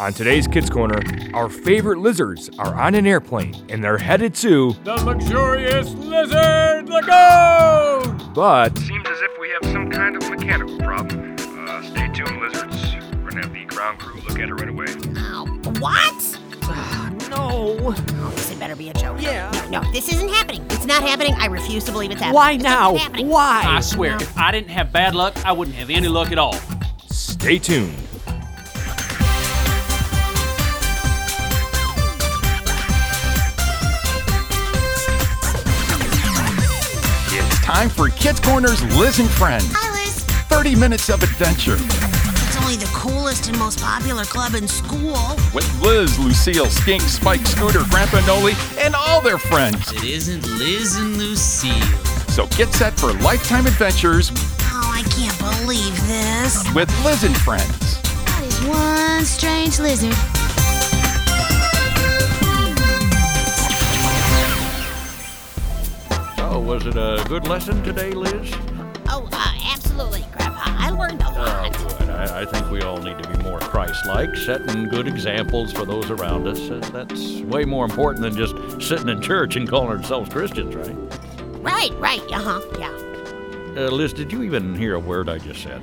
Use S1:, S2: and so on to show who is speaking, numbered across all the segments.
S1: On today's Kids Corner, our favorite lizards are on an airplane and they're headed to,
S2: The luxurious lizard, the goat!
S1: but
S3: Seems as if we have some kind of mechanical problem. Uh, stay tuned, lizards. We're gonna have the ground crew look at it right away.
S4: Oh, what?
S5: Ah, No.
S4: Oh, this had better be a joke.
S5: Yeah.
S4: No, no, this isn't happening. It's not happening. I refuse to believe it's happening.
S5: Why
S4: It's
S5: now?
S4: not happening.
S5: Why?
S6: I swear, if I didn't have bad luck, I wouldn't have any luck at all.
S1: stay tuned.
S7: It's time for Kids Corner's Liz and Friends.
S4: Hi, Liz.
S7: 30 minutes of adventure
S4: It's only the coolest and most popular club in school. Oh,
S7: with Liz, Lucille, Skink, Spike, Scooter, Grandpa Noli, and all their friends.
S8: It isn't Liz and Lucille.
S7: So get set for lifetime adventures
S4: Oh, I can't believe this.
S7: with Liz and Friends.
S4: That is one strange lizard.
S2: So, Oh, was it a good lesson today, Liz?
S4: Oh, uh, absolutely, Grandpa. I learned a
S2: Oh,
S4: lot.
S2: good. I, I think we all need to be more Christ like, setting good examples for those around us. Uh, That's way more important than just sitting in church and calling ourselves Christians, right?
S4: Right, right. Uh huh. Yeah.
S2: Uh, Liz, did you even hear a word I just said?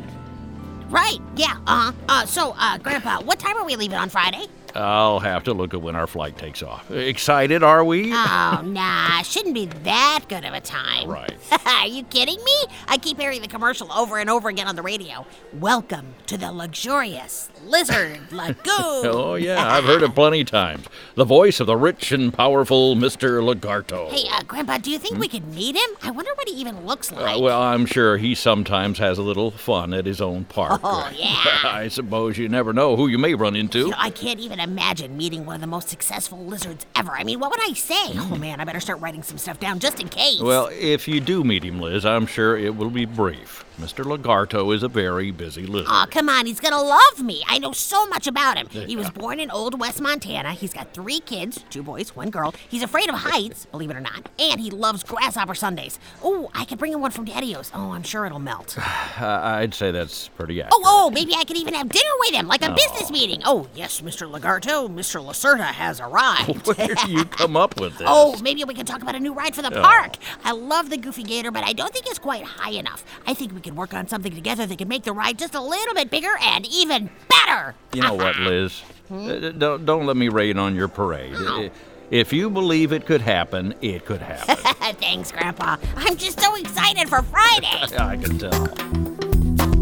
S4: Right. Yeah. Uh huh. Uh, so, uh, Grandpa, what time are we leaving on Friday?
S2: I'll have to look at when our flight takes off. Excited, are we?
S4: Oh, nah. Shouldn't be that good of a time.
S2: Right.
S4: Are you kidding me? I keep hearing the commercial over and over again on the radio. Welcome to the luxurious lizard lagoon.
S2: Oh, yeah, I've heard it plenty times. The voice of the rich and powerful Mr. Legarto.
S4: Hey, uh, Grandpa, do you think we could meet him? I wonder what he even looks like.
S2: Hmm? Uh, well, I'm sure he sometimes has a little fun at his own park.
S4: Oh, yeah.
S2: I suppose you never know who you may run into.
S4: You know, I can't even imagine meeting one of the most successful lizards ever. I mean, what would I say? Oh man, I better start writing some stuff down just in case.
S2: Hmm. Well, if you do meet him, Liz, I'm sure it will be brief. Mr. Legarto is a very busy lizard.
S4: Aw, come on, he's gonna love me. I know so much about him. He was born in Old West Montana. He's got three kids two boys, one girl. He's afraid of heights, believe it or not, and he loves grasshopper Sundays. Oh, I could bring him one from Daddy O's. Oh, I'm sure it'll melt. Oh,
S2: I- I'd say that's pretty accurate.
S4: oh, maybe I could even have dinner with him, like a business meeting. Oh, yes, Mr. Lagarto, Mr. Lacerda has arrived.
S2: Where do you come up with this?
S4: Oh, maybe we can talk about a new ride for the park. I love the Goofy Gator, but I don't think it's quite high enough. I think we could work on something together that could make the ride just a little bit bigger and even better.
S2: You know what, Liz?
S4: Hmm?
S2: Uh, Don't, don't let me rain on your parade. Uh, If you believe it could happen, it could happen.
S4: Uh, Thanks, Grandpa. I'm just so excited for Friday.
S2: I can tell.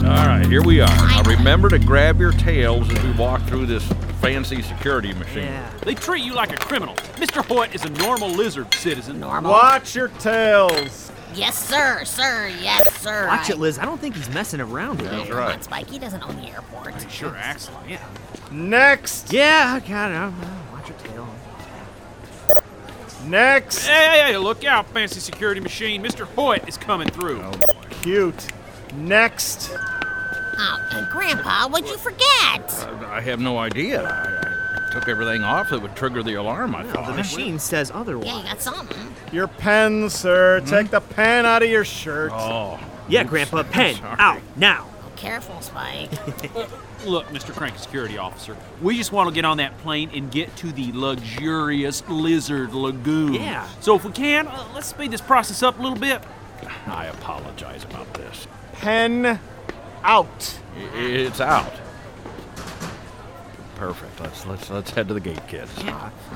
S2: All right, here we are. Now remember to grab your tails as we walk through this fancy security machine.
S6: They treat you like a criminal. Mr. Hoyt is a normal lizard citizen.
S4: Normal.
S9: Watch your tails.
S4: Yes, sir, sir, yes, sir.
S5: Watch
S4: I-
S5: it, Liz. I don't think he's messing around with
S4: Come
S5: it.
S4: on, Spike. He doesn't own the airport.
S6: Sure acts like it.
S9: Next.
S5: Yeah, I got it. Oh, oh, Watch your tail.
S9: Next.
S6: Hey, hey, hey, look out, fancy security machine. Mr. Hoyt is coming through.
S9: Cute. Next.
S4: Oh, and Grandpa, what'd you forget?
S2: I I have no idea. I, I took everything off that would trigger the alarm, I
S5: The
S9: Oh,
S2: thought.
S5: machine says
S4: Yeah, you
S5: otherwise.
S4: got something.
S9: Your pen, sir. Take the pen out of your shirt.
S2: Oh,
S5: Yeah, Grandpa. Pen out now.
S4: Oh, Careful, Spike.
S6: Look, Mr. Crank Security Officer, we just want to get on that plane and get to the luxurious lizard lagoon.
S5: Yeah.
S6: So if we can, uh, let's speed this process up a little bit.
S2: I apologize about this.
S9: Pen out.
S2: I- It's out. Perfect. Let's let's let's head to the gate, kids.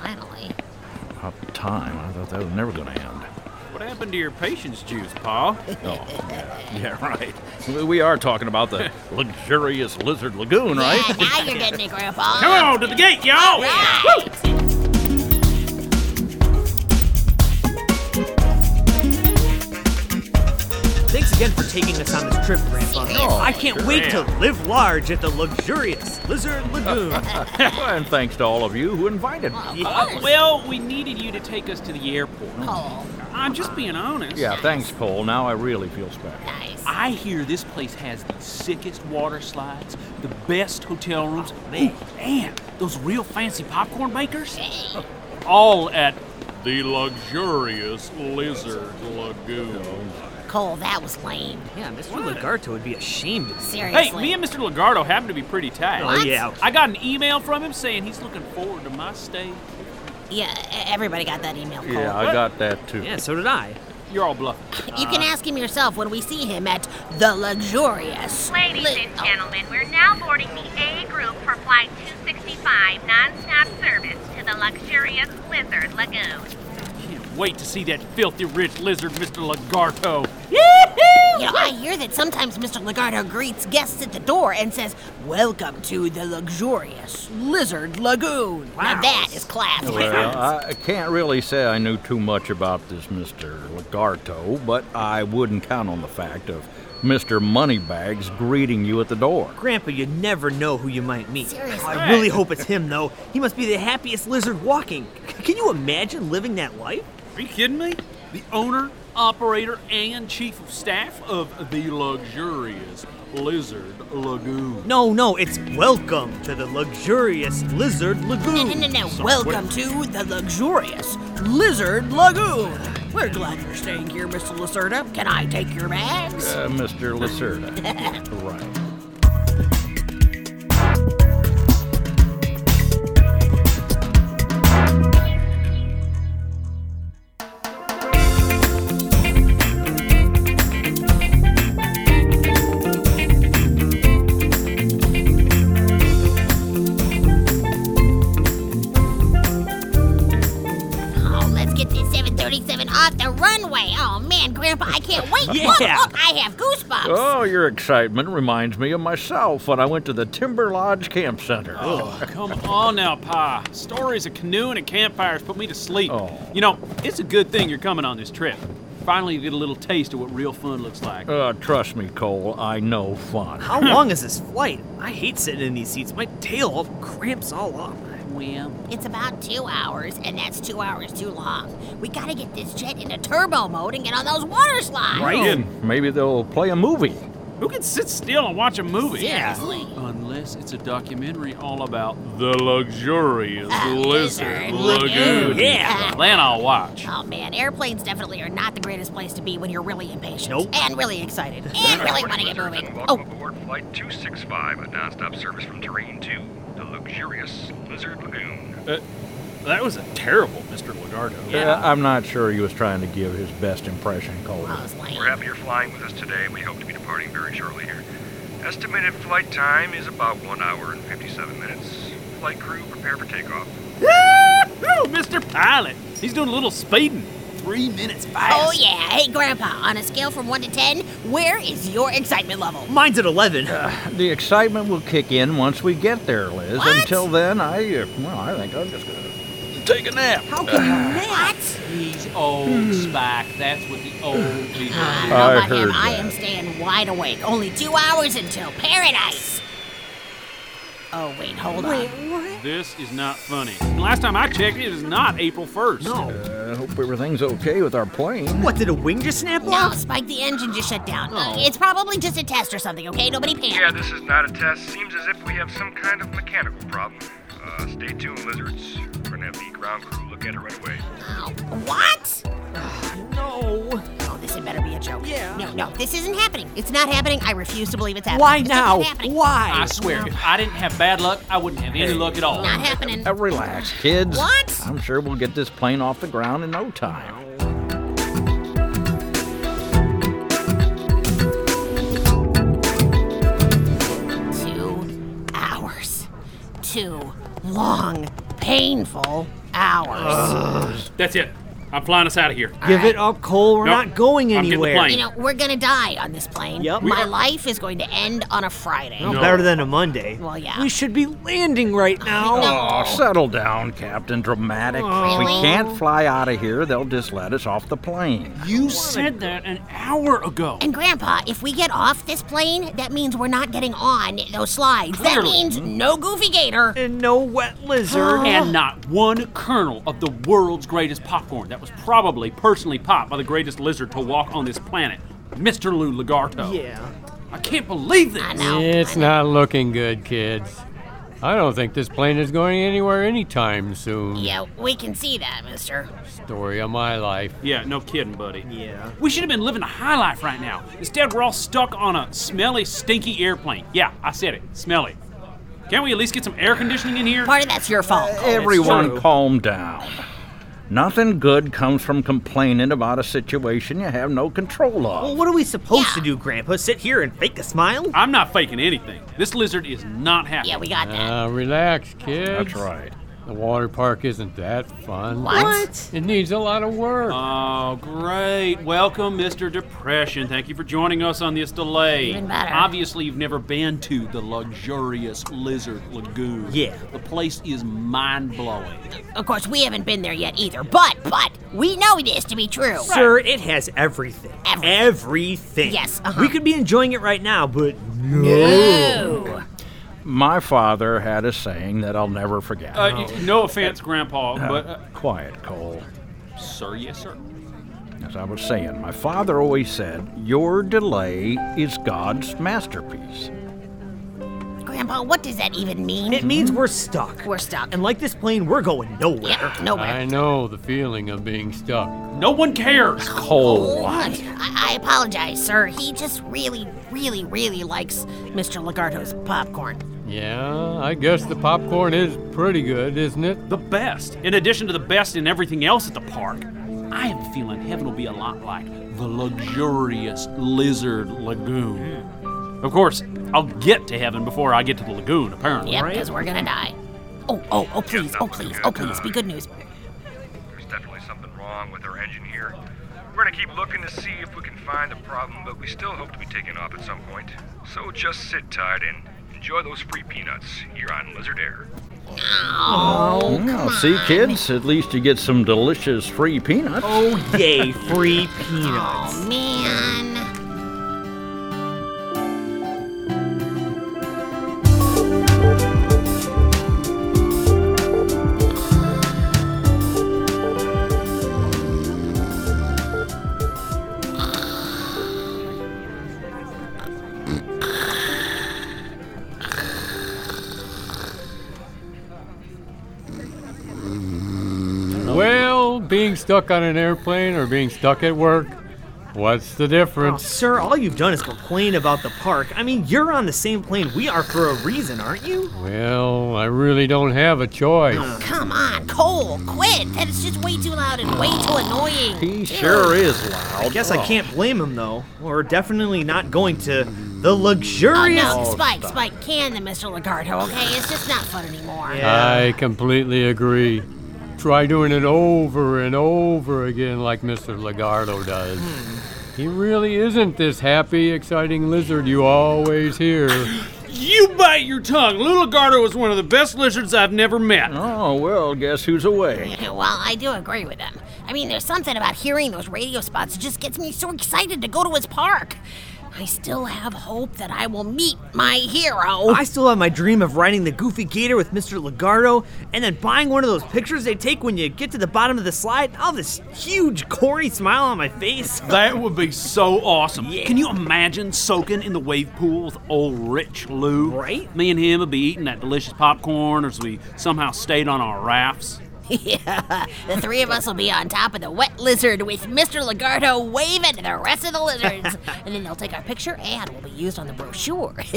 S4: Finally.
S2: Up time. I thought that was never going to end.
S6: What happened to your patience juice, Pa?
S2: Oh, yeah, yeah, right. We- We are talking about the luxurious lizard lagoon, right?
S4: Yeah, now you're getting it, Grandpa.
S6: Come on, to the gate, y'all!
S4: Right.
S5: Thanks again for taking us on this trip, Grandpa.
S4: No,
S5: I can't wait to live large at the luxurious Lizard Lagoon.
S2: and thanks to all of you who invited me.
S4: Of
S6: Uh,
S4: course.
S6: well, we needed you to take us to the airport.
S4: Oh,
S6: I'm just being honest.
S2: Yeah, thanks, Cole. Now I really feel special.
S4: nice.
S6: I hear this place has the sickest water slides, the best hotel rooms, Ooh, and those real fancy popcorn makers. All at the luxurious lizard lagoon.
S4: Cole, that was lame.
S5: Yeah, Mr. Legarto would be ashamed of you.
S4: Seriously.
S6: Hey, me and Mr. Legardo happen to be pretty tight.
S5: Oh,
S4: What?
S5: yeah.
S6: I got an email from him saying he's looking forward to my stay.
S4: Yeah, e- everybody got that email, Cole.
S2: Yeah, I got that too.
S5: Yeah, so did I.
S6: You're all bluffing.
S4: You can ask him yourself when we see him at the luxurious.
S10: Ladies
S4: Li-
S10: and gentlemen, we're now boarding the A group for flight 265 nonstop service to the luxurious Lizard Lagoon.
S6: Can't wait to see that filthy rich lizard, Mr. Legarto.
S4: Oh, you know, I hear that sometimes Mr. Legardo greets guests at the door and says, Welcome to the luxurious Lizard Lagoon. Now that is class. my friends.
S2: Well, I can't really say I knew too much about this Mr. Legarto, but I wouldn't count on the fact of Mr. Moneybags greeting you at the door.
S5: Grandpa, you never know who you might meet.
S4: Seriously.
S5: I really hope it's him, though. He must be the happiest lizard walking. C- Can you imagine living that life?
S6: Are you kidding me? The owner, operator, and chief of staff of the luxurious Lizard Lagoon.
S5: No, no, it's welcome to the luxurious lizard
S4: No,
S5: lagoon.
S4: no, no, no. Welcome to the luxurious Lizard Lagoon. We're glad you're staying here, Mr. Lacerda. Can I take your bags?
S2: Uh, Mr. Lacerda. right.
S4: Oh, let's get this 737 off the runway. Oh, man, Grandpa, I can't wait. Look,
S5: Yeah.
S4: look, I have goosebumps.
S2: Oh, your excitement reminds me of myself when I went to the Timber Lodge Camp Center.
S4: Oh.
S6: Oh, Come on now, Pa. Stories of canoeing and campfires put me to sleep.
S2: Oh.
S6: You know, it's a good thing you're coming on this trip. Finally, you get a little taste of what real fun looks like.
S2: Uh, trust me, Cole, I know fun.
S5: How
S6: Hmm.
S5: long is this flight? I hate sitting in these seats. My tail all cramps all up.
S6: Well,
S4: It's about two hours, and that's two hours too long. We gotta get this jet into turbo mode and get on those water slides.
S2: Oh, Maybe they'll play a movie.
S6: who can sit still and watch a movie?
S4: Seriously.
S6: Unless it's a documentary all about the luxurious
S4: Lizard Lagoon.
S5: Yeah.
S6: Then I'll watch.
S4: Oh man, airplanes definitely are not the greatest place to be when you're really impatient.
S5: Nope.
S4: And really excited. And really want to get
S3: Lizards,
S4: moving.
S3: and welcome
S4: Oh,
S3: aboard Flight 265, a nonstop service from Terrain 2, the luxurious Lizard Lagoon.
S6: That was a terrible Mr. Legardo.
S2: Yeah. Uh, I'm not sure he was trying to give his best impression, Cole.
S4: I was
S3: We're
S4: lame.
S3: happy you're flying with us today. We hope to be departing very shortly here. Estimated flight time is about 1 hour and 57 minutes. Flight crew, prepare for takeoff.
S6: Woo, Mr. Pilot. He's doing a little speeding. Three minutes fast.
S4: Oh yeah. Hey, Grandpa, on a scale from 1 to 10, where is your excitement level?
S5: Mine's at 11.
S2: The excitement will kick in once we get there, Liz.
S4: What?
S2: Until then, I uh, well, I think I'm just gonna take a nap.
S4: How can you what?
S6: He's
S4: Hmm.
S6: old Spike. That's what the old people
S4: I don't
S6: do.
S4: know
S2: I
S4: about him.
S2: heard
S4: I
S2: that.
S4: am staying wide awake. Only two hours until paradise. Oh wait, hold on.
S6: This is not funny. And last time I checked, it is not April 1st.
S5: No.
S2: Uh, I hope everything's okay with our plane.
S5: What, did a wing just snap
S4: No,
S5: off?
S4: Spike, the engine just shut down.
S5: Oh.
S4: Uh, it's probably just a test or something, okay? Nobody panic.
S3: Yeah, this is not a test. Seems as if we have some kind of mechanical problem. Uh, stay tuned, lizards. We're gonna have the ground crew look at it right away.
S4: Oh, what?
S5: No.
S4: Oh, this had better be a joke.
S5: Yeah.
S4: No, no, this isn't happening. It's not happening. I refuse to believe it's happening.
S5: Why
S4: It's
S5: now?
S4: Not happening.
S6: I
S5: Why?
S6: swear, if I didn't have bad luck, I wouldn't have any luck at all.
S4: Not happening.
S2: Uh, relax, kids.
S4: What?
S2: I'm sure we'll get this plane off the ground in no time.
S4: Two hours. Two long, painful hours.
S6: That's it. I'm flying us out of here.
S5: Give it up, Cole. We're
S6: Nope.
S5: not going
S6: I'm getting the
S5: anywhere.
S6: plane.
S4: You know, we're gonna die on this plane.
S5: Yep. We
S4: My
S5: are-
S4: life is going to end on a Friday.
S5: Well, Better than a Monday.
S4: Well, yeah.
S5: We should be landing right now.
S2: Oh, settle down, Captain Dramatic. If we
S4: Really?
S2: can't fly out of here, they'll just let us off the plane.
S6: You said that an hour ago.
S4: And Grandpa, if we get off this plane, that means we're not getting on those slides. That
S6: Clearly.
S4: means no Goofy Gator.
S5: And no wet
S4: Oh.
S5: lizard.
S6: And not one kernel of the world's greatest popcorn that was probably personally popped by the greatest lizard to walk on this planet, Mr. Lou Legarto.
S5: yeah.
S6: I can't believe this.
S4: I know.
S11: It's not looking good, kids. I don't think this plane is going anywhere anytime soon.
S4: Yeah, we can see that, mister.
S11: Story of my life.
S6: Yeah, no kidding, buddy.
S5: Yeah.
S6: We should have been living a high life right now. Instead, we're all stuck on a smelly, stinky airplane. Yeah, I said it. Smelly. Can't we at least get some air conditioning in here?
S4: Marty, that's your fault.
S2: Uh, Everyone calm down. Nothing good comes from complaining about a situation you have no control of.
S5: Well, what are we supposed to do, Grandpa? Sit here and fake a smile?
S6: I'm not faking anything. This lizard is not happy.
S4: Yeah, we got that.
S11: Uh, relax, kids.
S2: That's right.
S11: The water park isn't that fun.
S4: What? Uh,
S11: It needs a lot of work.
S6: Oh, great. Welcome, Mr. Depression. Thank you for joining us on this delay.
S4: Even better.
S6: Obviously, you've never been to the luxurious Lizard Lagoon.
S5: Yeah.
S6: The place is mind blowing.
S4: Of course, we haven't been there yet either, but, but, we know this to be true.
S5: Sir, it has everything.
S4: Everything.
S5: Everything.
S4: Yes, uh-huh.
S5: We could be enjoying it right now, but no.
S4: Ooh.
S2: My father had a saying that I'll never forget.
S6: Uh, y- no offense, Grandpa,
S2: Uh,
S6: but. Uh,
S2: quiet, Cole.
S6: sir, yes, sir.
S2: As I was saying, my father always said, Your delay is God's masterpiece.
S4: Grandpa, what does that even mean?
S5: It means we're stuck.
S4: We're stuck.
S5: And like this plane, we're going nowhere.
S4: Yep, nowhere.
S11: I know the feeling of being stuck.
S6: No one cares.
S2: Cole.
S4: Oh, I, I apologize, sir. He just really, really, really likes Mr. Lagarto's popcorn.
S11: Yeah, I guess the popcorn is pretty good, isn't it?
S6: The best. In addition to the best in everything else at the park, I am feeling heaven will be a lot like the luxurious Lizard Lagoon. Of course, I'll get to heaven before I get to the lagoon, apparently.
S4: Yep, because we're gonna die. Oh, oh, oh, please, oh, please, oh, please, be good news.
S3: There's definitely something wrong with our engine here. We're gonna keep looking to see if we can find the problem, but we still hope to be taken off at some point. So just sit tight and enjoy those free peanuts here on Lizard Air.
S2: Well, see, kids, at least you get some delicious free peanuts.
S5: Oh, yay, free peanuts.
S4: Oh, man.
S11: Well, being stuck on an airplane or being stuck at work, what's the
S5: Oh,
S11: difference?
S5: sir, all you've done is complain about the park. I mean, you're on the same plane we are for a reason, aren't you?
S4: Oh.
S11: Well, I really don't have a choice.
S4: Come on, Cole, quit. That is just way too loud and way too annoying.
S2: He sure is loud.
S5: I guess I can't blame him, though. We're definitely not going to the luxurious.
S4: Oh, No,
S2: Oh,
S4: Spike, Spike, can the Mr. Lagarto, okay? It's just not fun anymore.
S11: I completely agree. Try doing it over and over again like Mr. Legardo does. He really isn't this happy, exciting lizard you always hear.
S6: You bite your tongue. Lula Garter was one of the best lizards I've never met.
S2: Oh, well, guess who's away?
S4: Well, I do agree with him. I mean, there's something about hearing those radio spots that just gets me so excited to go to his park. I still have hope that I will meet my hero.
S5: I still have my dream of riding the Goofy Gator with Mr. Legardo and then buying one of those pictures they take when you get to the bottom of the slide. I'll have this huge Corey smile on my face.
S6: That would be so awesome. Can you imagine soaking in the wave pool with old Rich Lou?
S5: Right?
S6: Me and him would be eating that delicious popcorn as we somehow stayed on our rafts.
S4: yeah, the three of us will be on top of the wet lizard with Mr. Lagarto waving to the rest of the lizards. and then they'll take our picture and will be used on the brochure.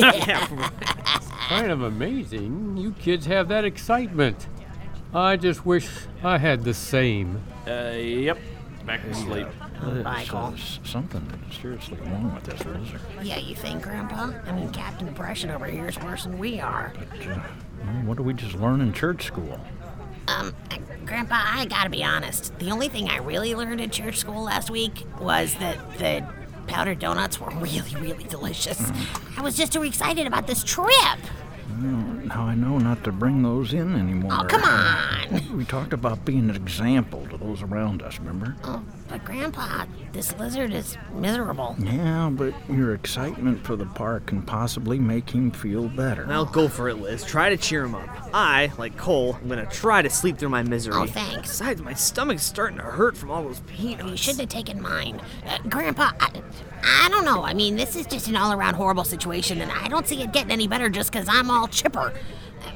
S11: kind of amazing. You kids have that excitement. I just wish I had the same.
S6: Uh, yep. Back to sleep.
S4: Michael.
S2: Oh, S- Something seriously wrong with this lizard.
S4: yeah, you think, Grandpa? I mean, Captain Depression over here is worse than we are.
S2: Well, What do we just learn in church school?
S4: Um, Grandpa, I gotta be honest. The only thing I really learned in church school last week was that the powdered donuts were really, really delicious. I was just too excited about this trip.
S2: Now I know not to bring those in anymore.
S4: Oh, come on.
S2: We talked about being an example to those around us, remember?
S4: Oh, but Grandpa, this lizard is miserable.
S2: Yeah, but your excitement for the park can possibly make him feel better.
S5: Well, go for it, Liz. Try to cheer him up. I, like Cole, am gonna try to sleep through my misery.
S4: Oh, thanks.
S5: Besides, my stomach's starting to hurt from all those
S4: You
S5: peanuts.
S4: shouldn't have taken mine. Uh, Grandpa, I, I don't know. I mean, this is just an all around horrible situation, and I don't see it getting any better just because I'm all chipper.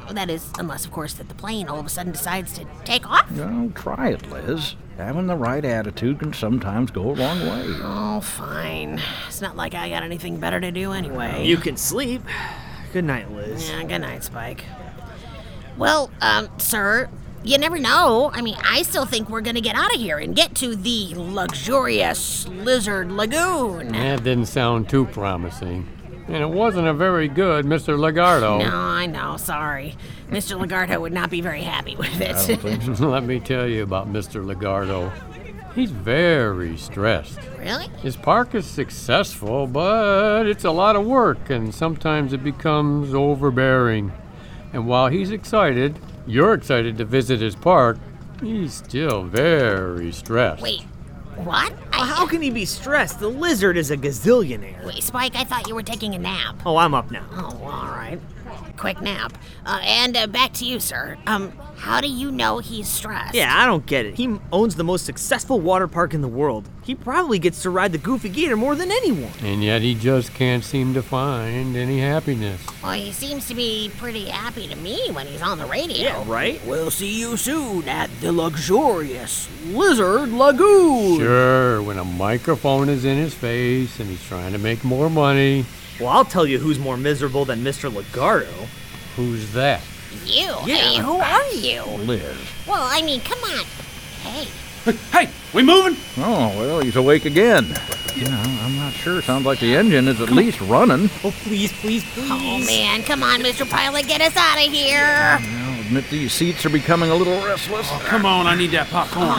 S4: Uh, That is, unless, of course, that the plane all of a sudden decides to take off.
S2: Well, try it, Liz. Having the right attitude can sometimes go a long way.
S4: Oh, fine. It's not like I got anything better to do anyway.
S5: You can sleep. Good night, Liz.
S4: Yeah, good night, Spike. Well, um, sir, you never know. I mean, I still think we're gonna get out of here and get to the luxurious Lizard Lagoon.
S11: That didn't sound too promising. And it wasn't a very good Mr. Legardo.
S4: No, I know. Sorry, Mr. Legardo would not be very happy with
S11: I
S4: it.
S11: don't think so. Let me tell you about Mr. Legardo. He's very stressed.
S4: Really?
S11: His park is successful, but it's a lot of work, and sometimes it becomes overbearing. And while he's excited, you're excited to visit his park, he's still very stressed.
S4: Wait, what?
S5: How can he be stressed? The lizard is a gazillionaire.
S4: Wait, Spike, I thought you were taking a nap.
S5: Oh, I'm up now.
S4: Oh, all right. Quick nap. Uh, and uh, back to you, sir. Um, how do you know he's stressed?
S5: Yeah, I don't get it. He owns the most successful water park in the world. He probably gets to ride the Goofy Gator more than anyone.
S11: And yet he just can't seem to find any happiness.
S4: Well, he seems to be pretty happy to me when he's on the radio.
S5: right?
S12: We'll see you soon at the luxurious Lizard Lagoon.
S11: Sure, when a microphone is in his face and he's trying to make more money.
S5: Well, I'll tell you who's more miserable than Mr. Legardo.
S11: Who's that?
S4: You? Hey, who are you?
S2: Liz.
S4: Well, I mean, come on. Hey,
S2: Hey, we moving? Oh, well, he's awake again. Yeah, I'm not sure. Sounds like the engine is at least running.
S5: Oh, please, please, please.
S4: Oh, man, come on, Mr. Pilot, get us out of here.
S2: I'll admit these seats are becoming a little restless.
S6: Come on, I need that popcorn.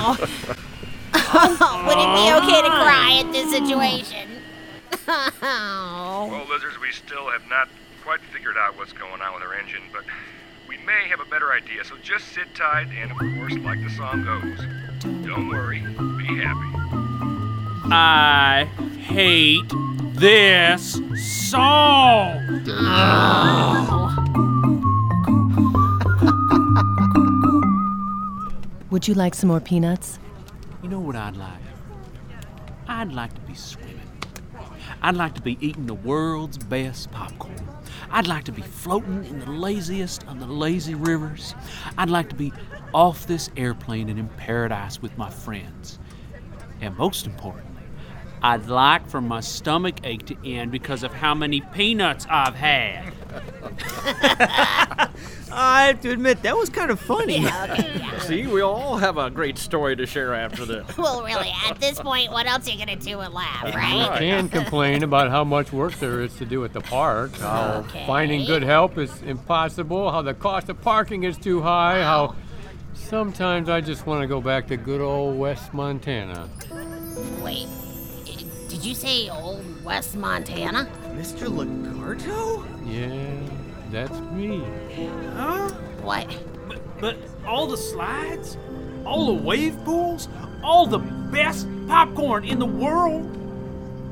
S4: Would it be okay to cry at this situation?
S3: Well, lizards, we still have not quite figured out what's going on with our engine, but we may have a better idea. So just sit tight, and of course, like the song goes, don't worry, be happy.
S6: I hate this song.
S13: Would you like some more peanuts?
S6: You know what I'd like? I'd like to be swimming. I'd like to be eating the world's best popcorn. I'd like to be floating in the laziest of the lazy rivers. I'd like to be off this airplane and in paradise with my friends. And most importantly, I'd like for my stomach ache to end because of how many peanuts I've had.
S5: I have to admit, that was kind of funny.
S2: See, we all have a great story to share after this.
S4: well, really, at this point, what else are you going to do and laugh,
S11: You
S4: right?
S11: can complain about how much work there is to do at the park, how
S4: Okay.
S11: finding good help is impossible, how the cost of parking is too high, how sometimes I just want to go back to good old West Montana.
S4: Wait, i- did you say old West Montana?
S5: Mr. Legardo?
S11: Yeah, that's me.
S6: Huh?
S4: What?
S6: But all the slides, all the wave pools, all the best popcorn in the world,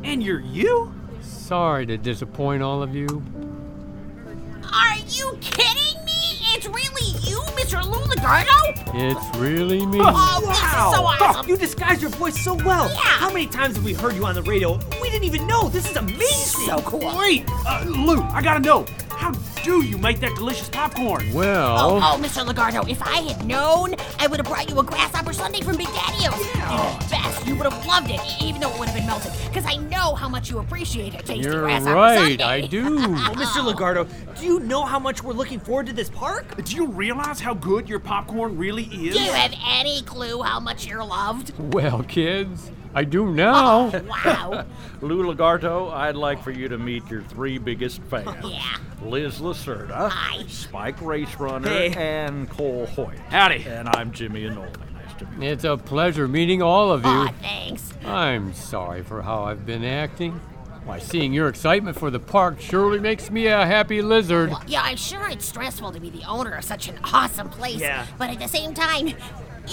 S6: and you're you?
S11: Sorry to disappoint all of you.
S4: Are you kidding me? It's really you, Mr. Lou Lagardo?
S11: It's really me.
S4: Oh, this is so
S5: Fuck,
S4: awesome.
S5: you disguise your voice so well. How many times have we heard you on the radio? We didn't even know. This is amazing.
S4: So cool.
S6: Wait, uh, Lou, I gotta know, how do you make that delicious popcorn?
S11: Well,
S4: Oh, oh, Mr. Lagardo, if I had known, I would have brought you a grasshopper sundae from Big Daddy-O's. You best. You would have loved it, e- even though it would have been melted, because I know how much you appreciate a tasty
S11: you're
S4: grasshopper
S11: right,
S4: sundae.
S11: I do.
S5: Oh, Mr. Legardo, do you know how much we're looking forward to this park?
S6: Do you realize how good your popcorn really is?
S4: Do you have any clue how much you're loved?
S11: Well, kids, I do now.
S4: Wow.
S2: Lou Lagarto, I'd like for you to meet your three biggest fans.
S4: yeah.
S2: Liz Lacerda,
S4: Hi.
S2: Spike Race Runner,
S5: Hey.
S2: and Cole Hoyt.
S6: Howdy.
S2: And I'm Jimmy Anoli. Nice to meet you.
S11: It's a pleasure meeting all of you.
S4: Aw, thanks.
S11: I'm sorry for how I've been acting. Why, seeing your excitement for the park surely makes me a happy lizard.
S4: Well, yeah, I'm sure it's stressful to be the owner of such an awesome place.
S5: Yeah.
S4: But at the same time, you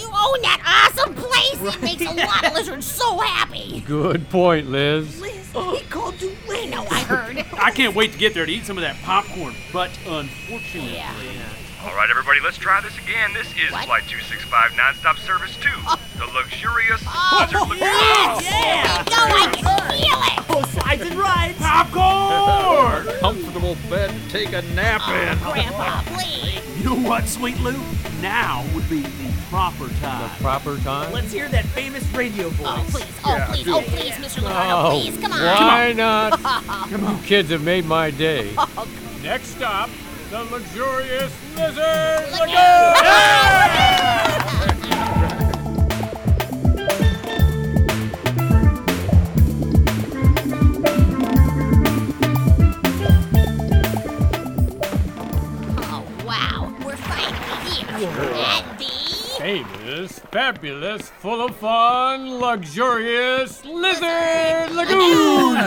S4: own that awesome place. It makes a lot of lizards so happy.
S11: Good point, Liz.
S4: Liz, he called you Liz. No, I heard.
S6: I can't wait to get there to eat some of that popcorn, but unfortunately,
S4: Yeah.
S3: All right, everybody, let's try this again. This is
S4: What?
S3: Flight 265 Nonstop Service 2, the luxurious Lizard Lagoon.
S4: Yeah. No, I can feel it.
S5: Oh, slides and rides.
S6: popcorn!
S2: Comfortable bed, to take a nap in.
S4: Grandpa, please.
S6: You know what, Sweet Lou? Now would be the proper time. The
S11: proper time?
S5: Let's hear that famous radio voice.
S4: Oh, please, oh, please, oh, please, Mr. Lombardo,
S11: Oh,
S4: please, come on. Oh,
S11: why not? You kids have made my day.
S7: Next stop, the luxurious
S11: lizard
S4: Oh, Oh, wow, we're finally here. At the
S11: Famous, fabulous, full of fun, luxurious lizard lagoon.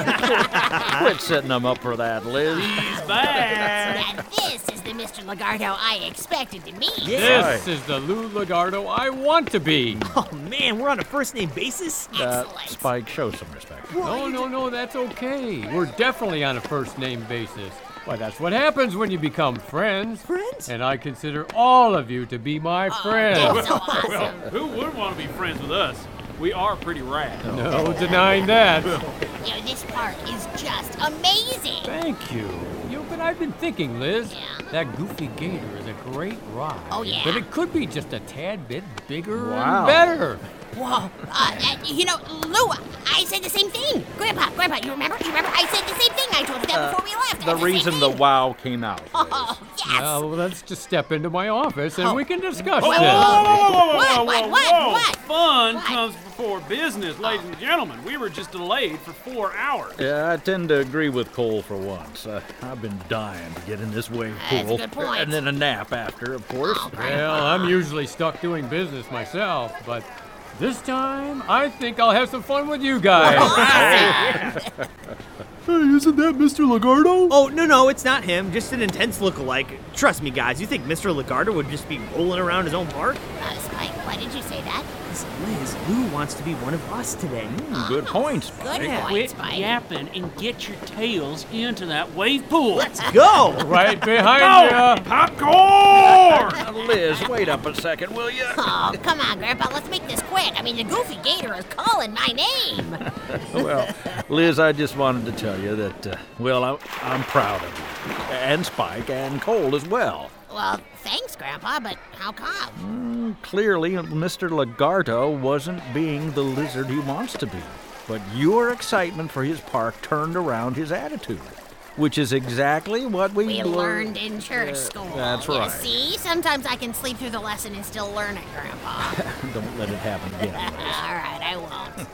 S2: Quit setting them up for that, Liz.
S4: Now this is the Mr. Lagardo I expected to meet.
S11: This is the Lou Lagardo I want to be.
S5: Oh man, we're on a first name basis.
S2: Uh, Spike, show some respect.
S11: No, no, no, that's okay. We're definitely on a first name basis. Why, that's what happens when you become friends. Friends? And I consider all of you to be my
S4: Oh,
S11: friends.
S6: Well, who would want to be friends with us? We are pretty rad.
S11: No denying that.
S4: You know, this park is just amazing.
S11: Thank you. You know, but I've been thinking, Liz. That goofy gator is a great ride.
S4: Oh, yeah.
S11: But it could be just a tad bit bigger
S4: Wow.
S11: and better.
S4: Whoa, uh, uh, you know, Lou, I said the same thing. Grandpa, Grandpa, you remember? You remember? I said the same thing. I told you that
S2: Uh,
S4: before we left.
S2: The reason the wow came out.
S4: Oh, yes.
S11: Now, Uh, let's just step into my office and we can discuss
S6: Oh,
S11: this.
S6: whoa, whoa, whoa, whoa, whoa,
S4: What,
S6: whoa,
S4: what, what,
S6: whoa.
S4: what?
S6: Fun comes before business, ladies and gentlemen. We were just delayed for four hours.
S2: Yeah, I tend to agree with Cole for once. Uh, I've been dying to get in this wave
S6: That's a
S2: pool.
S6: good point.
S2: And then a nap after, of course.
S11: Well, I'm usually stuck doing business myself, but this time I think I'll have some fun with you guys.
S5: Hey, isn't that Mr. Lagardo? Oh, no, no, it's not him. Just an intense lookalike. Trust me, guys, you think Mr. Lagardo would just be rolling around his own park?
S4: Uh, Spike, why did you say that?
S5: Liz, Lou wants to be one of us today. Hmm.
S2: good points,
S4: Good Spike. point,
S6: Quit
S4: Spike.
S6: yapping and get your tails into that wave pool. Let's
S5: go.
S11: right
S6: Go.
S11: behind
S2: Popcorn! Liz, wait up a second, will you?
S4: Oh, come on, Grandpa, let's make this quick. I mean, the goofy gator is calling my name.
S2: well, Liz, I just wanted to tell you that, uh, well, I'm, I'm proud of you. And Spike, and Cole as well.
S4: Well, thanks, Grandpa, but how come?
S2: Clearly, Mr. Lagarto wasn't being the lizard he wants to be, but your excitement for his park turned around his attitude, which is exactly what we,
S4: We
S2: lear-
S4: learned in church school.
S2: That's
S4: You
S2: right.
S4: see, sometimes I can sleep through the lesson and still learn it, Grandpa.
S2: Don't let it happen
S4: All
S2: again.
S4: right, I won't.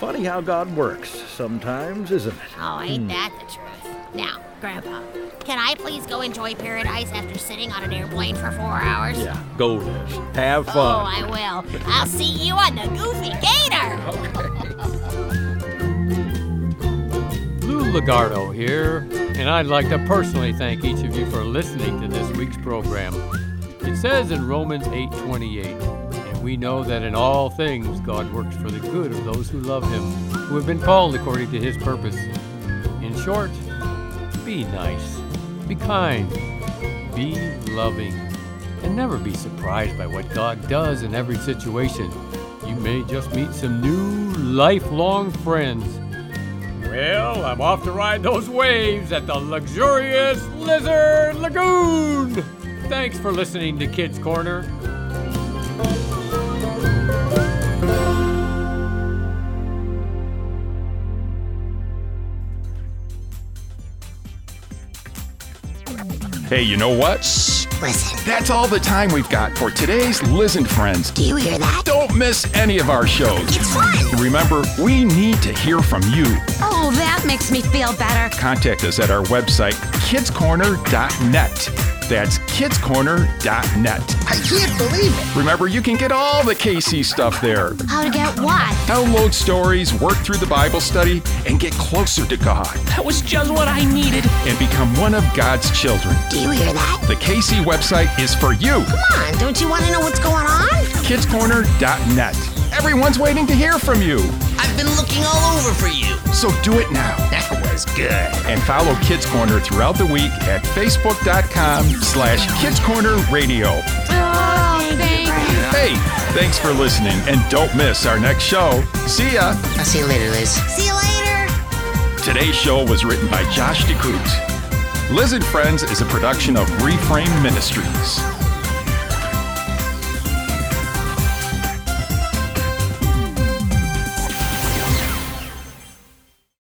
S2: Funny how God works sometimes, isn't it?
S4: Oh, ain't
S2: Hmm.
S4: that the truth? Now, Grandpa, can I please go enjoy paradise after sitting on an airplane for four hours?
S2: Yeah, go, Liz. Have
S4: Oh,
S2: fun.
S4: I will. I'll see you on the Goofy Gator.
S11: Lou Lagardo here, and I'd like to personally thank each of you for listening to this week's program. It says in Romans 8:28, and we know that in all things God works for the good of those who love him, who have been called according to his purpose. In short, be nice, be kind, be loving, and never be surprised by what God does in every situation. You may just meet some new lifelong friends. Well, I'm off to ride those waves at the luxurious Lizard Lagoon. Thanks for listening to Kids Corner.
S7: Hey, you know what? Shh. Listen. That's all the time we've got for today's Listen Friends. Do you hear that? Don't miss any of our shows. It's fun. Remember, we need to hear from you.
S14: Oh, that makes me feel better.
S7: Contact us at our website, kidscorner.net. That's kidscorner.net.
S14: I can't believe it.
S7: Remember, you can get all the KC stuff there.
S14: How to get what?
S7: Download stories, work through the Bible study, and get closer to God
S14: That was just what I needed.
S7: and become one of God's children. Do you hear that? The KC website is for you.
S14: Come on, don't you want to know what's going on?
S7: Kidscorner.net. Everyone's waiting to hear from you.
S14: I've been looking all over for you.
S7: So do it now. That was good. And follow Kids Corner throughout the week at facebook.com slash Kids Corner Radio.
S14: Oh, thank
S7: Hey, thanks for listening and don't miss our next show. See ya.
S14: I'll see you later, Liz. See you later.
S7: Today's show was written by Josh DeCruz. Lizard Friends is a production of Reframe Ministries.